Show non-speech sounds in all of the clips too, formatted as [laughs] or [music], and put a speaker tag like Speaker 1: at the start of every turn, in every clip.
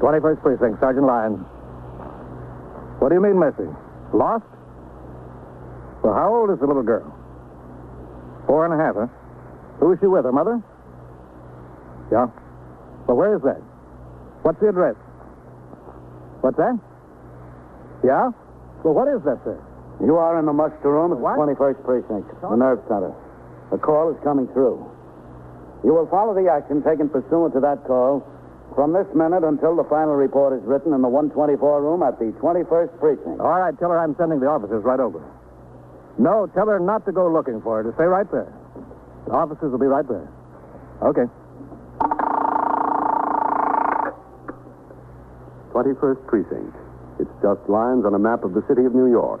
Speaker 1: 21st Precinct, Sergeant Lyon. What do you mean missing? Lost? Well, how old is the little girl? Four and a half, huh? Who is she with, her mother? Yeah. Well, where is that? What's the address? What's that? Yeah? Well, what is that, sir?
Speaker 2: You are in the muster room at
Speaker 1: What?
Speaker 2: the 21st Precinct, the nerve center. The call is coming through. You will follow the action taken pursuant to that call from this minute until the final report is written in the 124 room at the 21st Precinct.
Speaker 1: All right, tell her I'm sending the officers right over. No, tell her not to go looking for her, to stay right there. The officers will be right there. Okay.
Speaker 3: 21st Precinct. It's just lines on a map of the city of New York.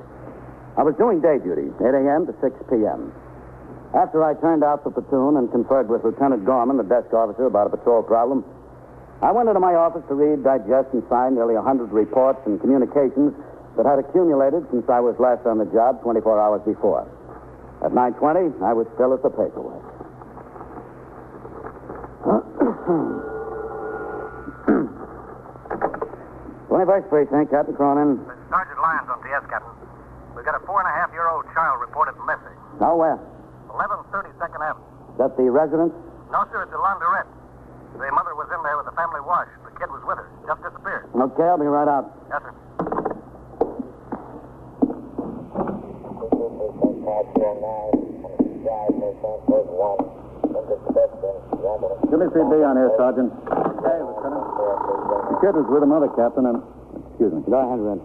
Speaker 2: I was doing day duty, 8 a.m. to 6 p.m. After I turned out the platoon and conferred with Lieutenant Gorman, the desk officer, about a patrol problem, I went into my office to read, digest, and sign nearly 100 reports and communications that had accumulated since I was last on the job 24 hours before. At 9.20, I was still at the paperwork. Twenty-first precinct, eh, Captain Cronin.
Speaker 4: Sergeant Lyons on DS, Captain. We've got a four and a half year old child reported missing.
Speaker 2: Now where?
Speaker 4: 1132nd Avenue.
Speaker 2: Is that the residence?
Speaker 4: No, sir, it's a laundrette. The mother was in there with the family wash. The kid was with her. Just disappeared.
Speaker 2: Okay, I'll be right out.
Speaker 4: Yes, sir.
Speaker 2: Jimmy C. B. on here, Sergeant.
Speaker 1: The kid was with another captain and. Excuse me.
Speaker 2: Go ahead, Red.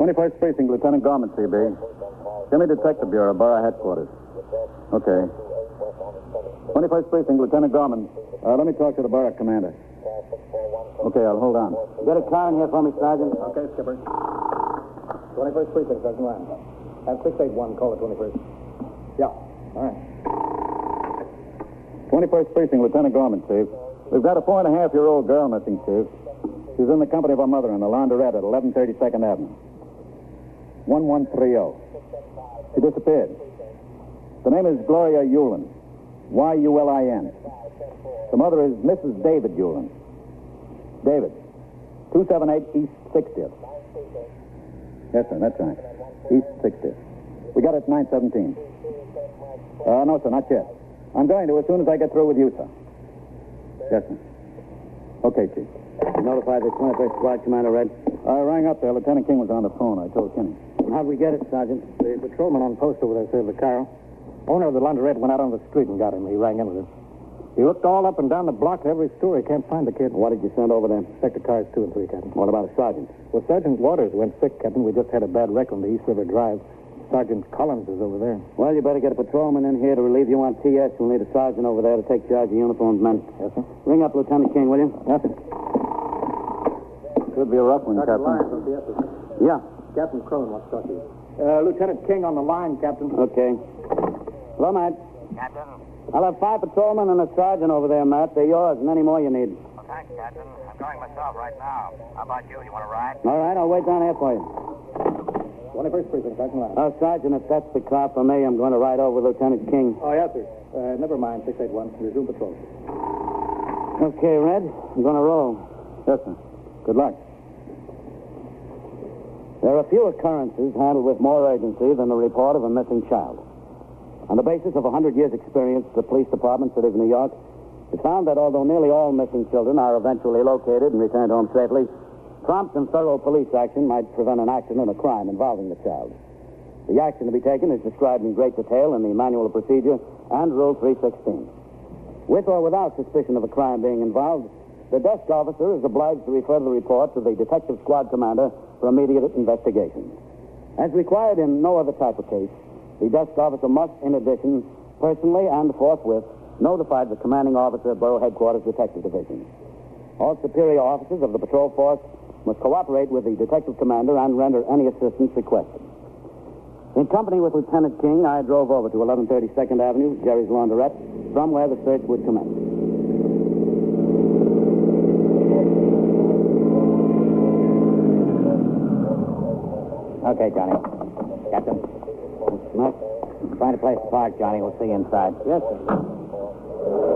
Speaker 1: 21st Precinct, Lieutenant Gorman, CB. Jimmy Detective Bureau, Borough Headquarters. Okay. 21st Precinct, Lieutenant Gorman. Uh, let me talk to the Borough Commander. Okay, I'll hold on.
Speaker 2: Get a car in here for me, Sergeant.
Speaker 1: Okay, Skipper. 21st Precinct, Sergeant Lyon. Have 681 call the 21st. Yeah. All right. 21st Precinct, Lieutenant Gorman, Chief. We've got a four and a half year old girl missing, Chief. She's in the company of her mother in a laundrette at 1132nd Avenue. 1130. oh. She disappeared. The name is Gloria Yulin. Y U L I N. The mother is Mrs. David Yulin. David. 278 East 60th. Yes, sir, that's right. East 60th. We got it 917. Uh, no, sir, not yet. I'm going to as soon as I get through with you, sir. Yes, sir. Okay, Chief.
Speaker 2: Notify the 21st Squad Commander, Red.
Speaker 1: I rang up there. Lieutenant King was on the phone. I told Kenny.
Speaker 2: How'd we get it, Sergeant?
Speaker 1: The patrolman on post over there, sir, Vaccaro. Owner of the laundrette went out on the street and got him. He rang in with him. He looked all up and down the block, every store. He can't find the kid.
Speaker 2: What did you send over there?
Speaker 1: Sector cars two and three, Captain.
Speaker 2: What about a sergeant?
Speaker 1: Well, Sergeant Waters went sick, Captain. We just had a bad wreck on the East River Drive. Sergeant Collins is over there.
Speaker 2: Well, you better get a patrolman in here to relieve you on TS. We'll need a sergeant over there to take charge of uniformed men.
Speaker 1: Yes, sir.
Speaker 2: Ring up Lieutenant King, will you?
Speaker 1: Yes, sir. Could be a rough one, Captain.
Speaker 2: Yeah.
Speaker 1: Captain Cronin wants to talk to you. Uh, Lieutenant King on the line, Captain.
Speaker 2: Okay. Hello, Matt.
Speaker 4: Captain.
Speaker 2: I'll have five patrolmen and a sergeant over there, Matt. They're yours, and any more you need.
Speaker 4: Well, thanks, Captain. I'm going myself right now. How about you? You want to ride?
Speaker 2: All right, I'll wait down here for you.
Speaker 1: 21st Precinct, Sergeant Lyon.
Speaker 2: Oh, Sergeant, if that's the car for me, I'm going to ride over Lieutenant King.
Speaker 1: Oh, yes, sir. Uh, never mind, 681. Resume patrol.
Speaker 2: Okay, Red, I'm going to roll.
Speaker 1: Yes, sir. Good luck.
Speaker 2: There are few occurrences handled with more urgency than the report of a missing child. On the basis of 100 years' experience, the police department, City of New York, has found that although nearly all missing children are eventually located and returned home safely, prompt and thorough police action might prevent an accident or crime involving the child. The action to be taken is described in great detail in the Manual of Procedure and Rule 316. With or without suspicion of a crime being involved, the desk officer is obliged to refer the report to the detective squad commander for immediate investigation. As required in no other type of case, the desk officer must, in addition, personally and forthwith notify the commanding officer of Borough Headquarters Detective Division. All superior officers of the patrol force must cooperate with the detective commander and render any assistance requested. In company with Lieutenant King, I drove over to 1132nd Avenue, Jerry's laundrette, from where the search would commence.
Speaker 1: Okay, Johnny. Captain.
Speaker 2: Matt?
Speaker 1: Find a place to park, Johnny. We'll see you inside.
Speaker 2: Yes, sir.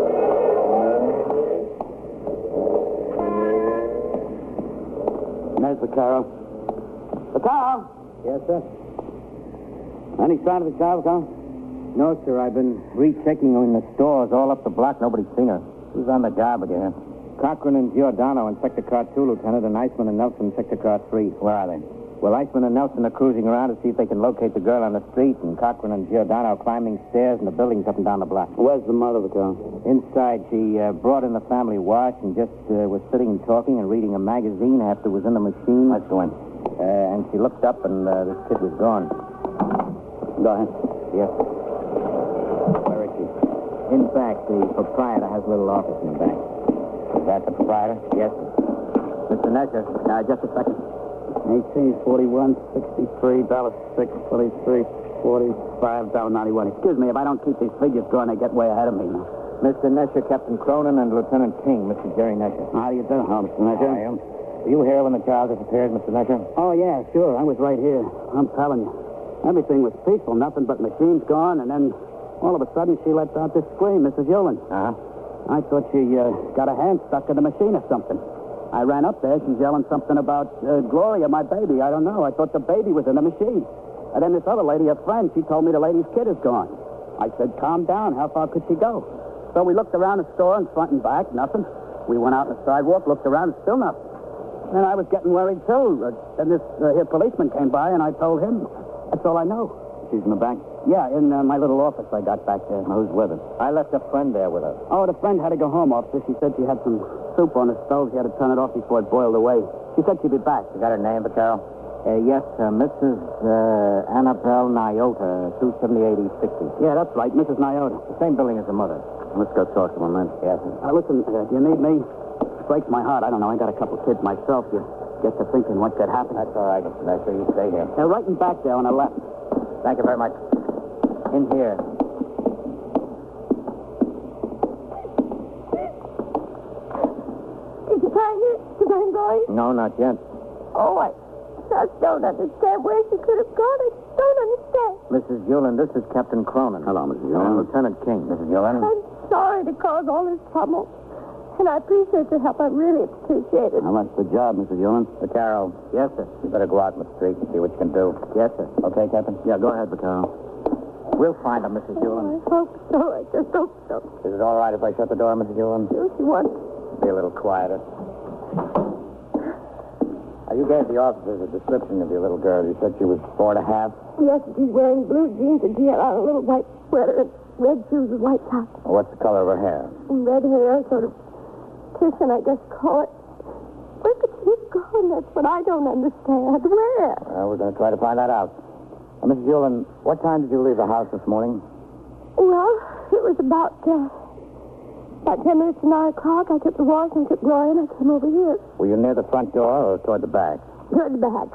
Speaker 2: There's the Vaccaro,
Speaker 5: Yes, sir?
Speaker 2: Any sign of the child, Carl?
Speaker 5: No, sir. I've been rechecking in the stores all up the block. Nobody's seen her. Who's on the job with you here?
Speaker 2: Cochran and Giordano in Sector Car 2, Lieutenant, and Iceman and Nelson in Sector Car 3.
Speaker 5: Where are they?
Speaker 2: Well, Iceman and Nelson are cruising around to see if they can locate the girl on the street, and Cochran and Giordano are climbing stairs and the buildings up and down the block.
Speaker 5: Where's the mother, Vaccaro?
Speaker 2: Inside, she uh, brought in the family wash and just uh, was sitting and talking and reading a magazine after it was in the machine.
Speaker 5: Let's go in.
Speaker 2: Uh, and she looked up, and uh, this kid was gone.
Speaker 5: Go ahead.
Speaker 2: Yes. Where is she? In fact, the proprietor has a little office in the back.
Speaker 5: Is that the proprietor?
Speaker 2: Yes, sir. Mr. Nesher. Now, just a second.
Speaker 5: 1841, 63, dollar 6, 23, 45, dollar 91. Excuse me, if I don't keep these figures going, they get way ahead of me now.
Speaker 2: Mr. Nesher, Captain Cronin, and Lieutenant King, Mr. Jerry Nesher.
Speaker 5: How do you do, Holmes?
Speaker 2: I am. Were you here when the child disappeared, Mr. Nesher?
Speaker 5: Oh, yeah, sure. I was right here. I'm telling you. Everything was peaceful, nothing but machines gone, and then all of a sudden she lets out this scream, Mrs. Yolen.
Speaker 2: Uh-huh.
Speaker 5: I thought she uh, got her hand stuck in the machine or something. I ran up there. She's yelling something about uh, Gloria, my baby. I don't know. I thought the baby was in the machine. And then this other lady, a friend, she told me the lady's kid is gone. I said, calm down. How far could she go? So we looked around the store in front and back. Nothing. We went out on the sidewalk, looked around, still nothing. Then I was getting worried, too. Uh, then this uh, here policeman came by, and I told him. That's all I know.
Speaker 2: She's in the back.
Speaker 5: Yeah, in uh, my little office I got back there.
Speaker 2: Who's with her? I left a friend there with her.
Speaker 5: Oh, the friend had to go home, officer. She said she had some soup on the stove. She had to turn it off before it boiled away. She said she'd be back.
Speaker 2: You got her name, Vaccaro?
Speaker 5: Uh, yes, uh, Mrs. Uh, Annabelle Nyota, 278 Yeah, that's right, Mrs. Nyota.
Speaker 2: The same building as the mother.
Speaker 5: Let's go talk to him then.
Speaker 2: Yes, sir.
Speaker 5: Uh, listen, uh, you need me? It breaks my heart. I don't know. I got a couple kids myself. You get to thinking what could happen.
Speaker 2: That's all right, Mr. Nesher. You stay here.
Speaker 5: They're right in back there on the left.
Speaker 2: Thank you very much. In here.
Speaker 6: Did you find her? Did you find Gloria?
Speaker 2: No, not yet.
Speaker 6: Oh, I just don't understand where she could have gone. I don't understand.
Speaker 2: Mrs. Yulin, this is Captain Cronin.
Speaker 5: Hello, Mrs.
Speaker 2: And
Speaker 5: Yolen.
Speaker 2: Lieutenant King. Mrs. Yulin?
Speaker 6: I'm sorry to cause all this trouble. And I appreciate your help. I really appreciate it.
Speaker 5: How much the job, Mrs. Yolen?
Speaker 2: Vaccaro. Yes, sir. You better go out in the street and see what you can do. Yes, sir. Okay, Captain?
Speaker 5: Yeah, go ahead, Vaccaro.
Speaker 2: We'll find her, Mrs.
Speaker 6: Oh,
Speaker 2: Yulin.
Speaker 6: I hope so. I just hope so.
Speaker 2: Is it all right if I shut the door, Mrs. Yulin?
Speaker 6: If you want
Speaker 2: Be a little quieter. Now, you gave the officers a description of your little girl. You said she was four and a half.
Speaker 6: Yes, she's wearing blue jeans and she had on a little white sweater and red shoes and white top
Speaker 2: What's the color of her hair?
Speaker 6: and red hair, sort of kissing, I guess, call it. Where could she have gone? That's what I don't understand. Where?
Speaker 2: Well, we're going to try to find that out. Now, Mrs. Yulin, what time did you leave the house this morning?
Speaker 6: Well, it was about, uh, about 10 minutes to 9 o'clock. I took the wash and took Gloria and I came over here.
Speaker 2: Were you near the front door or toward the back?
Speaker 6: Turned back.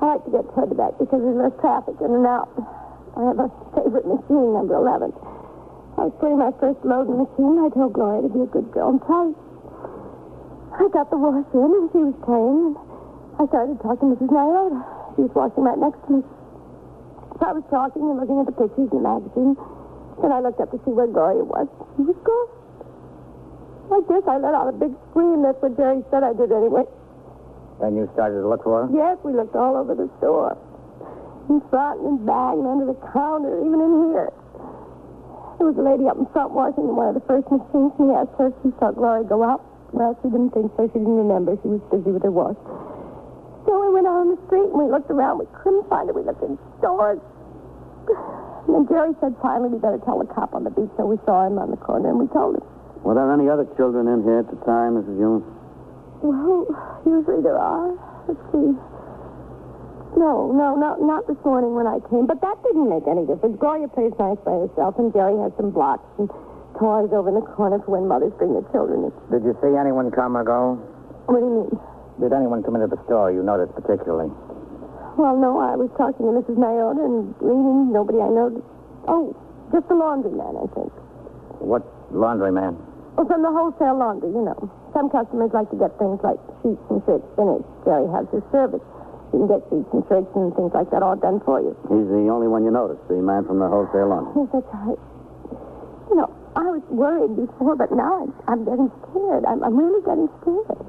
Speaker 6: I like to get turned back because there's less traffic in and out. I have a favorite machine, number 11. I was putting my first load in the machine. I told Gloria to be a good girl and play. I got the wash in and she was playing. And I started talking to Mrs. Nyota. She was washing right next to me. So I was talking and looking at the pictures in the magazine. Then I looked up to see where Gloria was. She was gone. I guess I let out a big scream. That's what Jerry said I did anyway.
Speaker 2: Then you started to look for her?
Speaker 6: Yes, we looked all over the store. In front and in back and under the counter, even in here. There was a lady up in front washing in one of the first machines, and he asked her if she saw Gloria go out. Well, she didn't think so. She didn't remember. She was busy with her wash. So we went out on the street and we looked around. We couldn't find her. We looked in stores. And then Jerry said finally we better tell the cop on the beach. So we saw him on the corner and we told him.
Speaker 2: Were there any other children in here at the time, Mrs. Yulin?
Speaker 6: Well, usually there are. Let's see. No, no, no, not this morning when I came. But that didn't make any difference. Gloria plays nice by herself, and Jerry has some blocks and toys over in the corner for when mothers bring the children. in.
Speaker 2: Did you see anyone come or go?
Speaker 6: What do you mean?
Speaker 2: Did anyone come into the store you noticed particularly?
Speaker 6: Well, no, I was talking to Mrs. Mayota and reading. Nobody I know. Oh, just the laundryman, I think.
Speaker 2: What laundryman?
Speaker 6: Well, from the wholesale laundry, you know. Some customers like to get things like sheets and shirts finished. Jerry has his service. You can get sheets and shirts and things like that all done for you.
Speaker 2: He's the only one you noticed, the man from the wholesale laundry.
Speaker 6: Yes, that's right. You know, I was worried before, but now I'm, I'm getting scared. I'm, I'm really getting scared.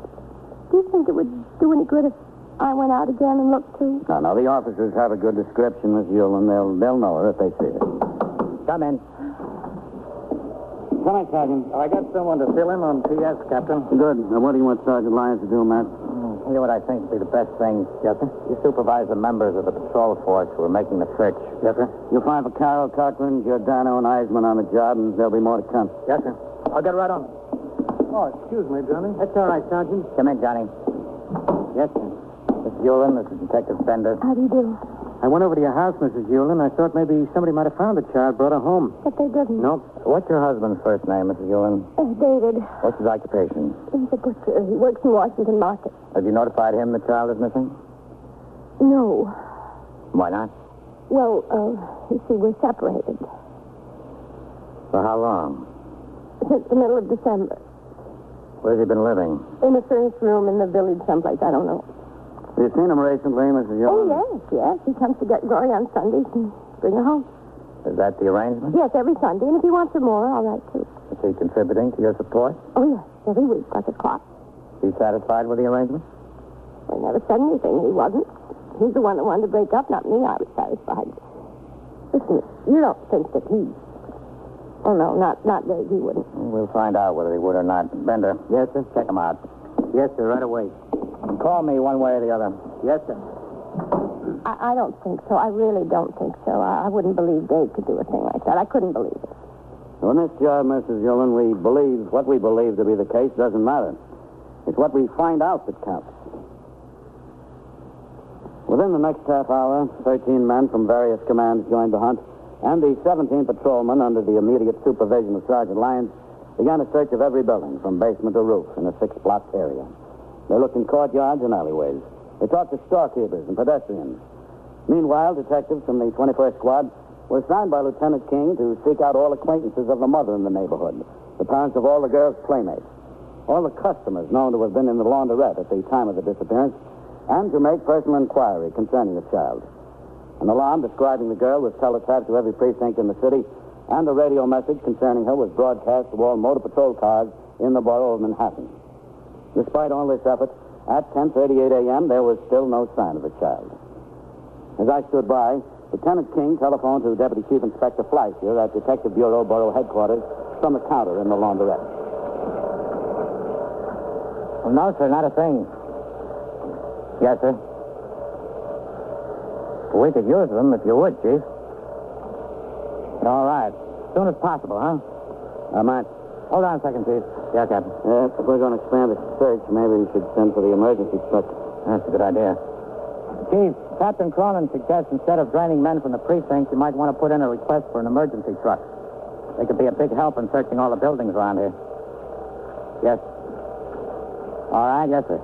Speaker 6: Do you think it would do any good if I went out again and looked too?
Speaker 2: No, no, the officers have a good description, Miss Yulin. They'll, they'll know her if they see her. Come in. Come in, Sergeant.
Speaker 5: I got someone to fill in on PS, Captain. Hmm,
Speaker 2: Good. Now, what do you want Sergeant Lyons to do, Matt?
Speaker 5: You know what I think would be the best thing? Yes, sir. You supervise the members of the patrol force who are making the search.
Speaker 2: Yes, sir. You'll find Vaccaro, Cochran, Giordano, and Eisman on the job, and there'll be more to come.
Speaker 5: Yes, sir. I'll get right on it.
Speaker 4: Oh, excuse me, Johnny.
Speaker 5: That's all right, Sergeant. Come in, Johnny. Yes, sir. Miss Yulin, this is Detective Bender.
Speaker 6: How do you do?
Speaker 5: I went over to your house, Mrs. Yulin. I thought maybe somebody might have found the child, brought her home.
Speaker 6: But they didn't.
Speaker 5: Nope. What's your husband's first name, Mrs. Yulin?
Speaker 6: Uh, David,
Speaker 5: What's his occupation?
Speaker 6: he's a butcher. He works in Washington Market.
Speaker 5: Have you notified him the child is missing?
Speaker 6: No.
Speaker 5: Why not?
Speaker 6: Well, uh, you see, we're separated.
Speaker 5: For how long?
Speaker 6: Since the middle of December.
Speaker 5: Where's he been living?
Speaker 6: In a furnished room in the village someplace. I don't know.
Speaker 2: Have you seen him recently, Mrs.
Speaker 6: Oh,
Speaker 2: Yulin?
Speaker 6: yes, yes. He comes to get Glory on Sundays and bring her home.
Speaker 5: Is that the arrangement?
Speaker 6: Yes, every Sunday. And if he wants some more, all right, too.
Speaker 5: Is he contributing to your support?
Speaker 6: Oh, yes. Every week, like a clock.
Speaker 5: Is he satisfied with the arrangement?
Speaker 6: I never said anything. He wasn't. He's the one that wanted to break up, not me. I was satisfied. Listen, you don't think that he... Oh, no, not, not that he wouldn't.
Speaker 5: We'll find out whether he would or not. Bender. Yes, sir. Check him out. Yes, sir. Right away. Call me one way or the other. Yes, sir.
Speaker 6: I, I don't think so. I really don't think so. I, I wouldn't believe Dave could do a thing like that. I couldn't believe it.
Speaker 2: On this job, Mrs. Yulin, we believe what we believe to be the case doesn't matter. It's what we find out that counts. Within the next half hour, 13 men from various commands joined the hunt, and the 17 patrolmen, under the immediate supervision of Sergeant Lyons, began a search of every building from basement to roof in a six-block area. They looked in courtyards and alleyways. They talked to storekeepers and pedestrians. Meanwhile, detectives from the 21st Squad were assigned by Lieutenant King to seek out all acquaintances of the mother in the neighborhood, the parents of all the girls' playmates, all the customers known to have been in the laundrette at the time of the disappearance, and to make personal inquiry concerning the child. An alarm describing the girl was teletyped to every precinct in the city, and a radio message concerning her was broadcast to all motor patrol cars in the borough of Manhattan. Despite all this effort, at 10:38 a.m. there was still no sign of the child. As I stood by, Lieutenant King telephoned to Deputy Chief Inspector Fleischer at Detective Bureau Borough Headquarters from the counter in the laundrette.
Speaker 5: no, sir. Not a thing. Yes, sir. We could use them if you would, Chief. All right. Soon as possible, huh?
Speaker 2: I might.
Speaker 5: Hold on a second, Chief. Yeah, Captain.
Speaker 2: Yes, if we're going to expand the search, maybe we should send for the emergency inspector.
Speaker 5: That's a good idea. Chief, Captain Cronin suggests instead of draining men from the precinct, you might want to put in a request for an emergency truck. They could be a big help in searching all the buildings around here. Yes. All right, yes, sir.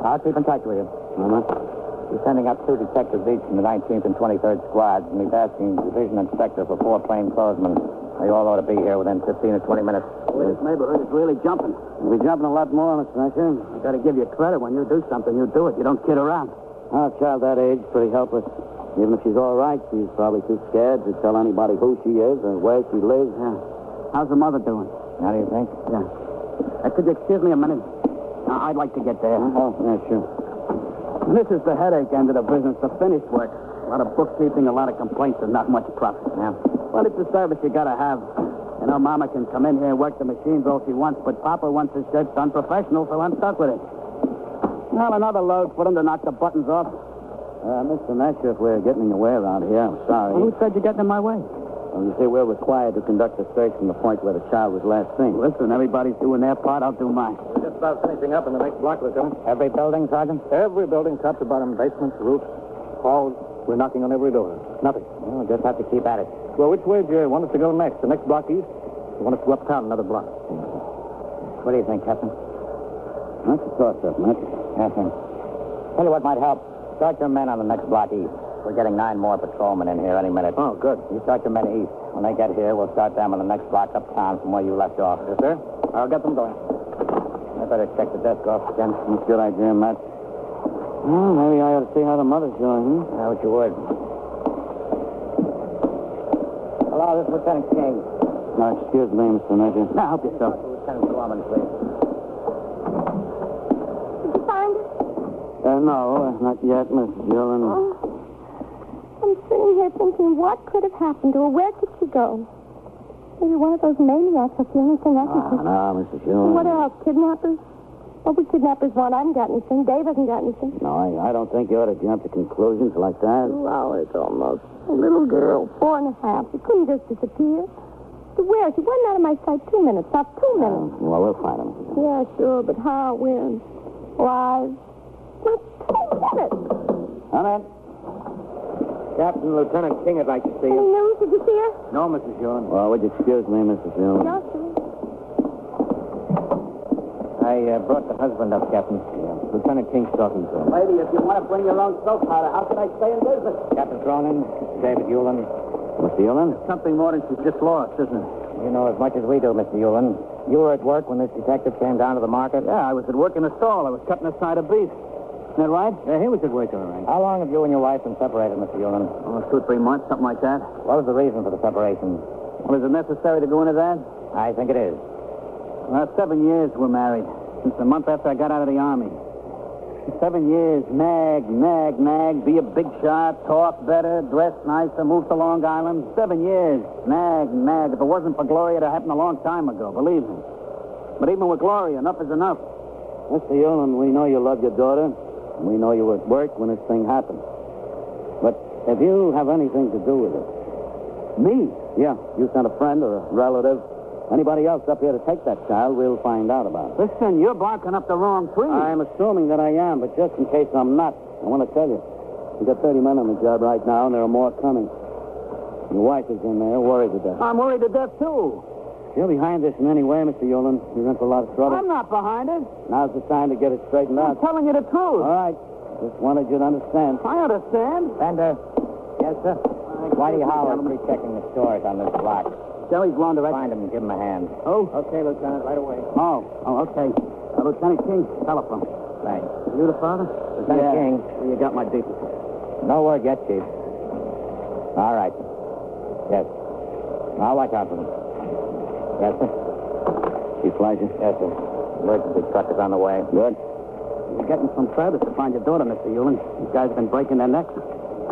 Speaker 5: I'll keep in touch with you.
Speaker 2: Uh-huh.
Speaker 5: He's sending up two detectives each from the 19th and 23rd squads, and he's asking the division inspector for four plainclothesmen. They all ought to be here within 15 or 20 minutes.
Speaker 2: This neighborhood is really jumping. We'll be jumping a lot more, Mr. Nasher. I got to give you credit. When you do something, you do it. You don't kid around. Oh, a child that age, pretty helpless. Even if she's all right, she's probably too scared to tell anybody who she is or where she lives. How's the mother doing?
Speaker 5: How do you think?
Speaker 2: Yeah. Uh, could you excuse me a minute? I'd like to get there. Oh, yeah, sure. This is the headache end of the business, the finished work. A lot of bookkeeping, a lot of complaints, and not much profit.
Speaker 5: Yeah.
Speaker 2: Well, it's a service you gotta have. You know, Mama can come in here and work the machines all she wants, but Papa wants his shirts done professional, so I'm stuck with it. Well, another load for him to knock the buttons off. Uh, Mr. Nasher, if we're getting away around here, I'm sorry.
Speaker 5: Who said you're getting in my way?
Speaker 2: Well, you see, we're required to conduct a search from the point where the child was last seen. Listen, everybody's doing their part. I'll do mine.
Speaker 4: We're just about finishing up in the next block, Lieutenant.
Speaker 5: Every building, Sergeant?
Speaker 4: Every building, top to bottom, basements, roofs, halls. We're knocking on every door. Nothing.
Speaker 5: We'll just have to keep at it.
Speaker 4: Well, which way do you want us to go next? The next block east? You want us to go uptown another block?
Speaker 5: What do you think, Captain?
Speaker 2: That's a toss-up, Matt.
Speaker 5: Yes, sir. Tell you what might help. Start your men on the next block east. We're getting nine more patrolmen in here any minute.
Speaker 2: Oh, good.
Speaker 5: You start your men east. When they get here, we'll start them on the next block uptown from where you left off. Yes, sir. I'll get them going. I better check the desk off again.
Speaker 2: That's a good idea, Matt. Well, maybe I ought to see how the mother's doing, hmm?
Speaker 5: Yeah, what you would. Hello, this is Lieutenant King.
Speaker 2: Now, Uh, excuse me, Mr.
Speaker 5: [laughs]
Speaker 2: Major.
Speaker 5: Now, help yourself. Lieutenant Gorman, please.
Speaker 6: Did you find her?
Speaker 2: Uh, no, uh, not yet, Miss Dillon.
Speaker 6: Oh. I'm sitting here thinking what could have happened to her? Where could she go? Maybe one of those maniacs is the only thing I can think.
Speaker 2: Ah, no, Mr.
Speaker 6: of.
Speaker 2: Dillon.
Speaker 6: What else? Kidnappers? What would kidnappers want? I haven't got anything. Dave hasn't got anything.
Speaker 2: No, I, I don't think you ought to jump to conclusions like that.
Speaker 6: Two hours almost. A little girl, four and a half. She couldn't just disappear. To where? She wasn't out of my sight two minutes, not two
Speaker 2: Uh,
Speaker 6: minutes.
Speaker 2: well, we'll find him.
Speaker 6: Yeah, sure, but how, when, why? Not two minutes.
Speaker 2: Come in.
Speaker 5: Captain, Lieutenant King would like to see
Speaker 6: Any news? Did you see her?
Speaker 5: No, Mrs. Dillon.
Speaker 2: Well, would you excuse me, Mr. Dillon?
Speaker 6: No, sir.
Speaker 5: I uh, brought the husband up, Captain. Lieutenant King's talking to him.
Speaker 2: Lady, if you want to bring your own soap powder, how can I stay in business?
Speaker 5: Captain Cronin, David Euland.
Speaker 2: Mr. Dillon?
Speaker 5: Something more than she's just lost, isn't it? You know as much as we do, Mr. Euland. You were at work when this detective came down to the market? Yeah, I was at work in the stall. I was cutting a side of beef. Isn't that right? Yeah, he was at work, all right. How long have you and your wife been separated, Mr. Euland?
Speaker 2: Oh, two or three months, something like that.
Speaker 5: What was the reason for the separation?
Speaker 2: Well, is it necessary to go into that?
Speaker 5: I think it is.
Speaker 2: Well, seven years we're married, since the month after I got out of the Army. Seven years, nag, nag, nag, be a big shot, talk better, dress nicer, move to Long Island. Seven years, nag, nag. If it wasn't for Gloria, it'd have happened a long time ago, believe me. But even with Gloria, enough is enough. Mr. Yolen, we know you love your daughter, and we know you were at work when this thing happened. But if you have anything to do with it, me? Yeah. You sent a friend or a relative. Anybody else up here to take that child, we'll find out about it.
Speaker 5: Listen, you're barking up the wrong tree.
Speaker 2: I'm assuming that I am, but just in case I'm not, I want to tell you. We got 30 men on the job right now, and there are more coming. Your wife is in there, worried to
Speaker 6: Oh.
Speaker 2: death.
Speaker 5: I'm worried to death, too.
Speaker 2: If you're behind this in any way, Mr. Yolen, you're in for a lot of trouble.
Speaker 5: I'm not behind it.
Speaker 2: Now's the time to get it straightened
Speaker 5: I'm
Speaker 2: out.
Speaker 5: telling you the
Speaker 2: All
Speaker 5: truth.
Speaker 2: right. Just wanted you to understand.
Speaker 5: I understand. Bender. Yes, sir. Whitey Howard's rechecking the stores on this block.
Speaker 2: Joey's going to
Speaker 5: Find him and give him a hand.
Speaker 2: Oh?
Speaker 5: Okay, Lieutenant, right away.
Speaker 2: Oh, oh, okay. Uh, Lieutenant King's telephone.
Speaker 5: Thanks.
Speaker 2: You the father?
Speaker 5: Lieutenant
Speaker 2: yeah.
Speaker 5: King.
Speaker 2: You got my details.
Speaker 5: No word yet, Chief. All right. Yes. I'll watch out for him. Yes, sir.
Speaker 2: Chief Fleischer?
Speaker 5: Yes, sir. Word to the truck is on the way.
Speaker 2: Good.
Speaker 5: You're getting some service to find your daughter, Mr. Euland. These guys have been breaking their necks.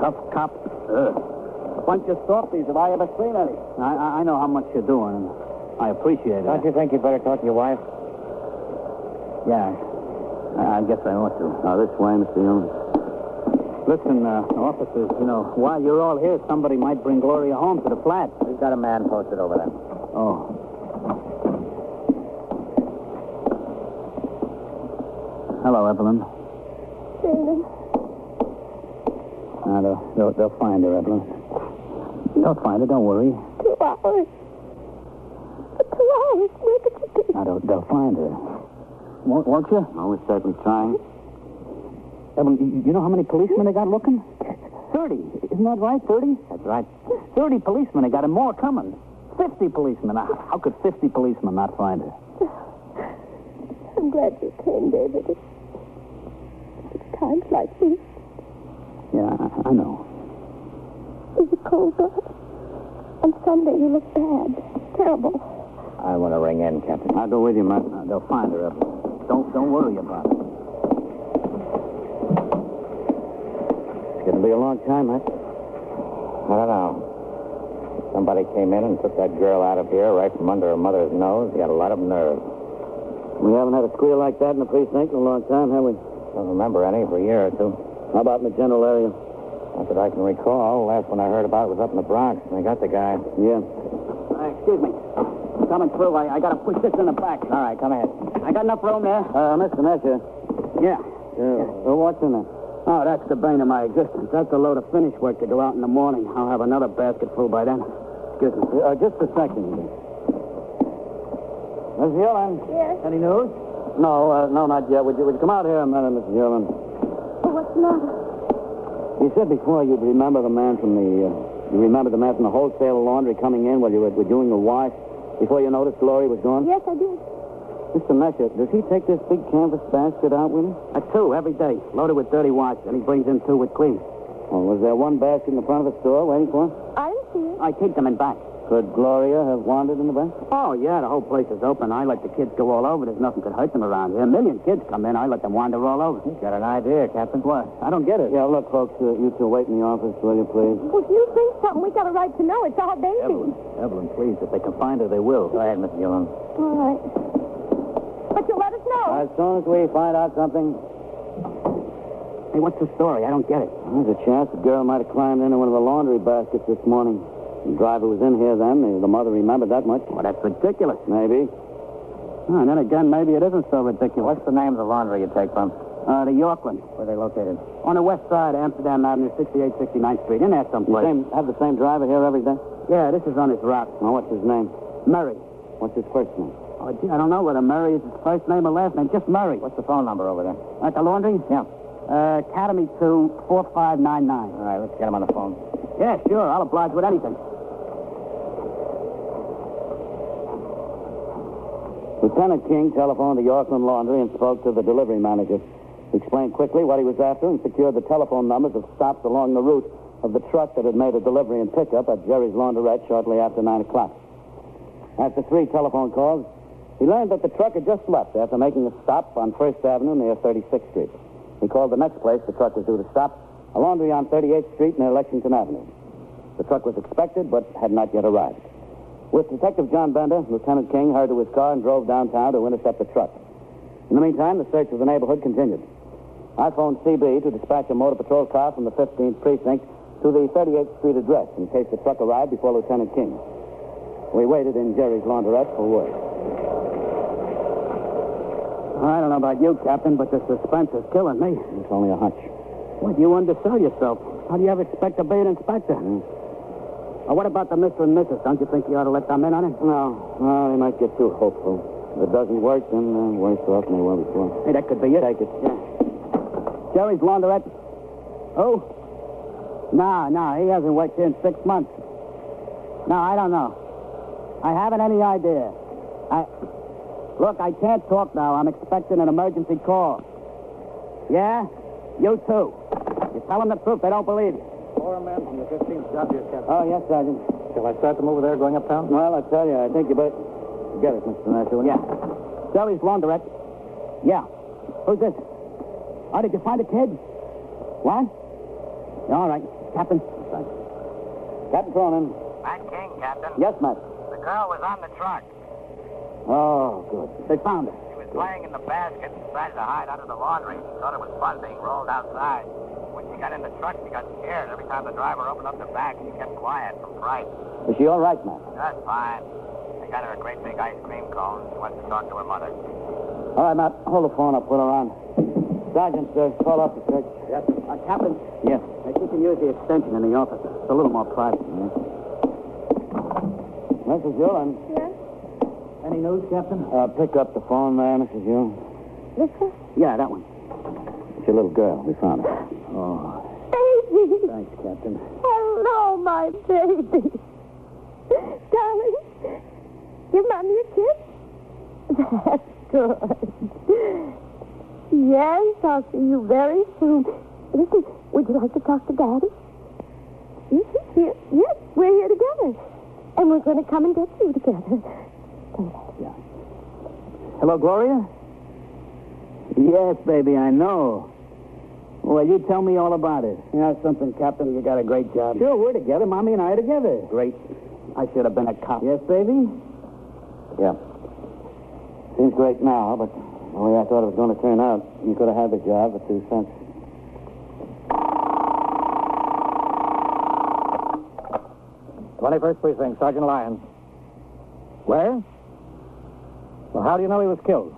Speaker 5: Tough cops.
Speaker 2: A bunch of softies. Have I ever seen any? I, I, I know how much you're doing. and I appreciate it.
Speaker 5: Don't you think you'd better talk to your wife?
Speaker 2: Yeah. I, I guess I ought to. Oh, this way, Mr. Young. Listen, uh, officers, you know, while you're all here, somebody might bring Gloria home to the flat.
Speaker 5: We've got a man posted over there.
Speaker 2: Oh. Hello, Evelyn.
Speaker 6: David.
Speaker 2: No, they'll, they'll, they'll find her, Evelyn. They'll find her, don't worry.
Speaker 6: Two hours. For two hours. Where could she be?
Speaker 2: No, they'll, they'll find her. Won't, won't you? No, we're certainly trying. Evelyn, you, you know how many policemen they got looking? Thirty. Isn't that right, thirty?
Speaker 5: That's right.
Speaker 2: Thirty policemen. They got and more coming. Fifty policemen. How how could fifty policemen not find her?
Speaker 6: I'm glad you came, David. It's it's times like these.
Speaker 2: Yeah, I, I know.
Speaker 6: There's a cold blood. On Sunday, you look bad. Terrible.
Speaker 5: I want to ring in, Captain.
Speaker 2: I'll go with you, Matt. Uh, They'll find her, Evelyn. Don't, don't worry about it. It's going to be a long time, Matt.
Speaker 5: I don't know. Somebody came in and took that girl out of here right from under her mother's nose. He had a lot of nerve.
Speaker 2: We haven't had a squeal like that in the precinct in a long time, have we?
Speaker 5: Don't remember any for a year or two.
Speaker 2: How about in the general area?
Speaker 5: Not that I can recall. Last one I heard about was up in the Bronx, and they got the guy.
Speaker 2: Yeah.
Speaker 5: Uh, excuse me. Coming through. I, I got to push this in the back. All right, come ahead. I got enough room there.
Speaker 2: Uh, Mr. Nesher.
Speaker 5: Yeah.
Speaker 2: So uh, what's in it?
Speaker 5: Oh, that's the bane of my existence. That's a load of finish work to go out in the morning. I'll have another basket full by then. Excuse me.
Speaker 2: Uh, just a second. Miss Yellen,
Speaker 6: Yes,
Speaker 2: any news? No, uh, no, not yet. Would you, would you come out here a minute, Mrs. Hewlin?
Speaker 6: Oh, what's the matter?
Speaker 2: You said before you'd remember the man from the, uh, you remember the man from the wholesale laundry coming in while you were, were doing the wash before you noticed Glory was gone?
Speaker 6: Yes, I did.
Speaker 2: Mr. Messer, does he take this big canvas basket out with him?
Speaker 5: A Uh, two every day, loaded with dirty wash, and he brings in two with clean.
Speaker 2: Or was there one basket in the front of the store waiting for him?
Speaker 6: I didn't see it.
Speaker 5: I keep them in back.
Speaker 2: Could Gloria have wandered in the basket?
Speaker 5: Oh, yeah, the whole place is open. I let the kids go all over. There's nothing could hurt them around here. A million kids come in. I let them wander all over. You got an idea, Captain. What? I don't get it.
Speaker 2: Yeah, look, folks, uh, you two wait in the office, will you, please?
Speaker 6: Well, if you think something, we got a right to know. It's our baby.
Speaker 5: Evelyn, please, if they can find her, they will. Go ahead, Mr. Young.
Speaker 6: All right. But you'll let us know.
Speaker 2: As soon as we find out something,
Speaker 5: Hey, what's the story? I don't get it.
Speaker 2: there's a chance the girl might have climbed into one of the laundry baskets this morning. The driver was in here then. The- The mother remembered that much.
Speaker 5: Well, that's ridiculous.
Speaker 2: Maybe.
Speaker 5: Oh, and then again, maybe it isn't so ridiculous. What's the name of the laundry you take from? Uh, the Yorkland. Where they located? On the west side of Amsterdam Avenue, 68, 69th Street. In there someplace.
Speaker 2: Same, have the same driver here every day?
Speaker 5: Yeah, this is on his route.
Speaker 2: Now, what's his name?
Speaker 5: Murray.
Speaker 2: What's his first name?
Speaker 5: Oh, gee, I don't know whether Murray is his first name or last name. Just Murray. What's the phone number over there? At the laundry? Yeah. Uh, Academy 2 4599. All right, let's get him on the phone. Yeah, sure. I'll oblige with anything.
Speaker 2: Lieutenant King telephoned the Yorkland Laundry and spoke to the delivery manager. He explained quickly what he was after and secured the telephone numbers of stops along the route of the truck that had made a delivery and pickup at Jerry's Laundrette shortly after 9 o'clock. After three telephone calls, he learned that the truck had just left after making a stop on First Avenue near 36th Street. He called the next place the truck was due to stop, a laundry on 38th Street near Lexington Avenue. The truck was expected but had not yet arrived. With Detective John Bender, Lieutenant King hurried to his car and drove downtown to intercept the truck. In the meantime, the search of the neighborhood continued. I phoned CB to dispatch a motor patrol car from the 15th precinct to the 38th Street address in case the truck arrived before Lieutenant King. We waited in Jerry's laundrette for word.
Speaker 5: I don't know about you, Captain, but the suspense is killing me.
Speaker 2: It's only a hunch.
Speaker 5: What, you undersell yourself? How do you ever expect to be an inspector?
Speaker 2: Hmm.
Speaker 5: Uh, what about the Mr. and Mrs.? Don't you think you ought to let them in on it?
Speaker 2: No, no, they might get too hopeful. If it doesn't work, then uh, worse off than they were before.
Speaker 5: Hey, that could be it. Take it. Yeah. Jerry's laundrette. Oh? No, no, he hasn't worked here in six months. No, I don't know. I haven't any idea. I look, I can't talk now. I'm expecting an emergency call. Yeah? You too. You tell them the truth, they don't believe you.
Speaker 7: Four men from the 15th job here, Captain.
Speaker 2: Oh, yes, Sergeant.
Speaker 7: Shall I start them over there going uptown?
Speaker 2: Well, I tell you, I think you better get it, Mr. Nashua.
Speaker 5: Yeah. Jerry's laundrette. Yeah. Who's this? Oh, did you find a kid? What? All right. Captain.
Speaker 2: Captain Cronin.
Speaker 4: Matt King, Captain.
Speaker 2: Yes, Matt.
Speaker 4: The girl was on the truck.
Speaker 2: Oh, good.
Speaker 5: They found her.
Speaker 4: She was playing in the basket, decided to hide under the laundry. She thought it was fun being rolled outside. When she got in the truck, she got scared. Every time the driver opened up the back, she kept quiet from fright.
Speaker 2: Is she all right, Matt?
Speaker 4: That's fine. They got her a great big ice cream cone. She wants to talk to her mother.
Speaker 2: All right, Matt. Hold the phone up. Put her on. Sergeant, sir, call off the search.
Speaker 5: Yes. Uh, Captain,
Speaker 2: Yes.
Speaker 5: I think you can use the extension in the office. It's a little more private.
Speaker 2: Mrs. Yulin.
Speaker 6: Yes?
Speaker 5: Any news, Captain?
Speaker 2: Uh, pick up the phone there, Mrs. Yulin.
Speaker 6: This one?
Speaker 5: Yeah, that one.
Speaker 2: It's your little girl. We found her.
Speaker 6: Baby!
Speaker 2: Thanks, Captain.
Speaker 6: Hello, my baby. Darling, give Mommy a kiss. That's good. Yes, I'll see you very soon. Listen, would you like to talk to Daddy? Yes, he's here. Yes, we're here together. And we're going to come and get you together.
Speaker 5: Hello, Gloria? Yes, baby, I know. Well, you tell me all about it. You know something, Captain? You got a great job. Sure, we're together. Mommy and I are together. Great. I should have been a cop. Yes, baby?
Speaker 2: Yeah. Seems great now, but the way I thought it was going to turn out, you could have had the job for two cents.
Speaker 7: Twenty-first precinct, Sergeant Lyons. Where? Well, how do you know he was killed?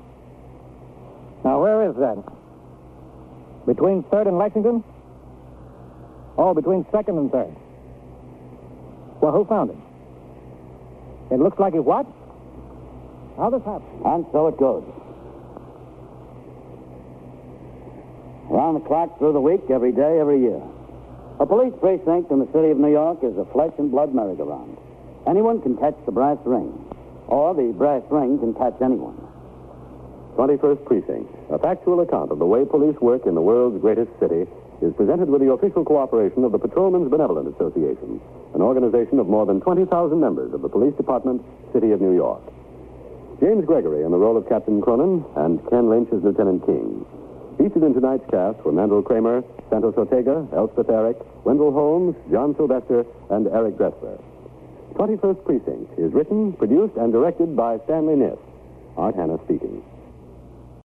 Speaker 7: Now, where is that? Between Third and Lexington? Oh, between Second and Third. Well, who found him? It looks like he what? How this happened?
Speaker 2: And so it goes. Around the clock, through the week, every day, every year. A police precinct in the city of New York is a flesh and blood merry-go-round. Anyone can catch the brass ring, or the brass ring can catch anyone.
Speaker 3: 21st Precinct, a factual account of the way police work in the world's greatest city, is presented with the official cooperation of the Patrolmen's Benevolent Association, an organization of more than 20,000 members of the Police Department, City of New York. James Gregory in the role of Captain Cronin and Ken Lynch as Lieutenant King. Featured in tonight's cast were Mandel Kramer, Santos Ortega, Elspeth Eric, Wendell Holmes, John Sylvester, and Eric Dressler. 21st Precinct is written, produced, and directed by Stanley Niss. Art Hannah speaking.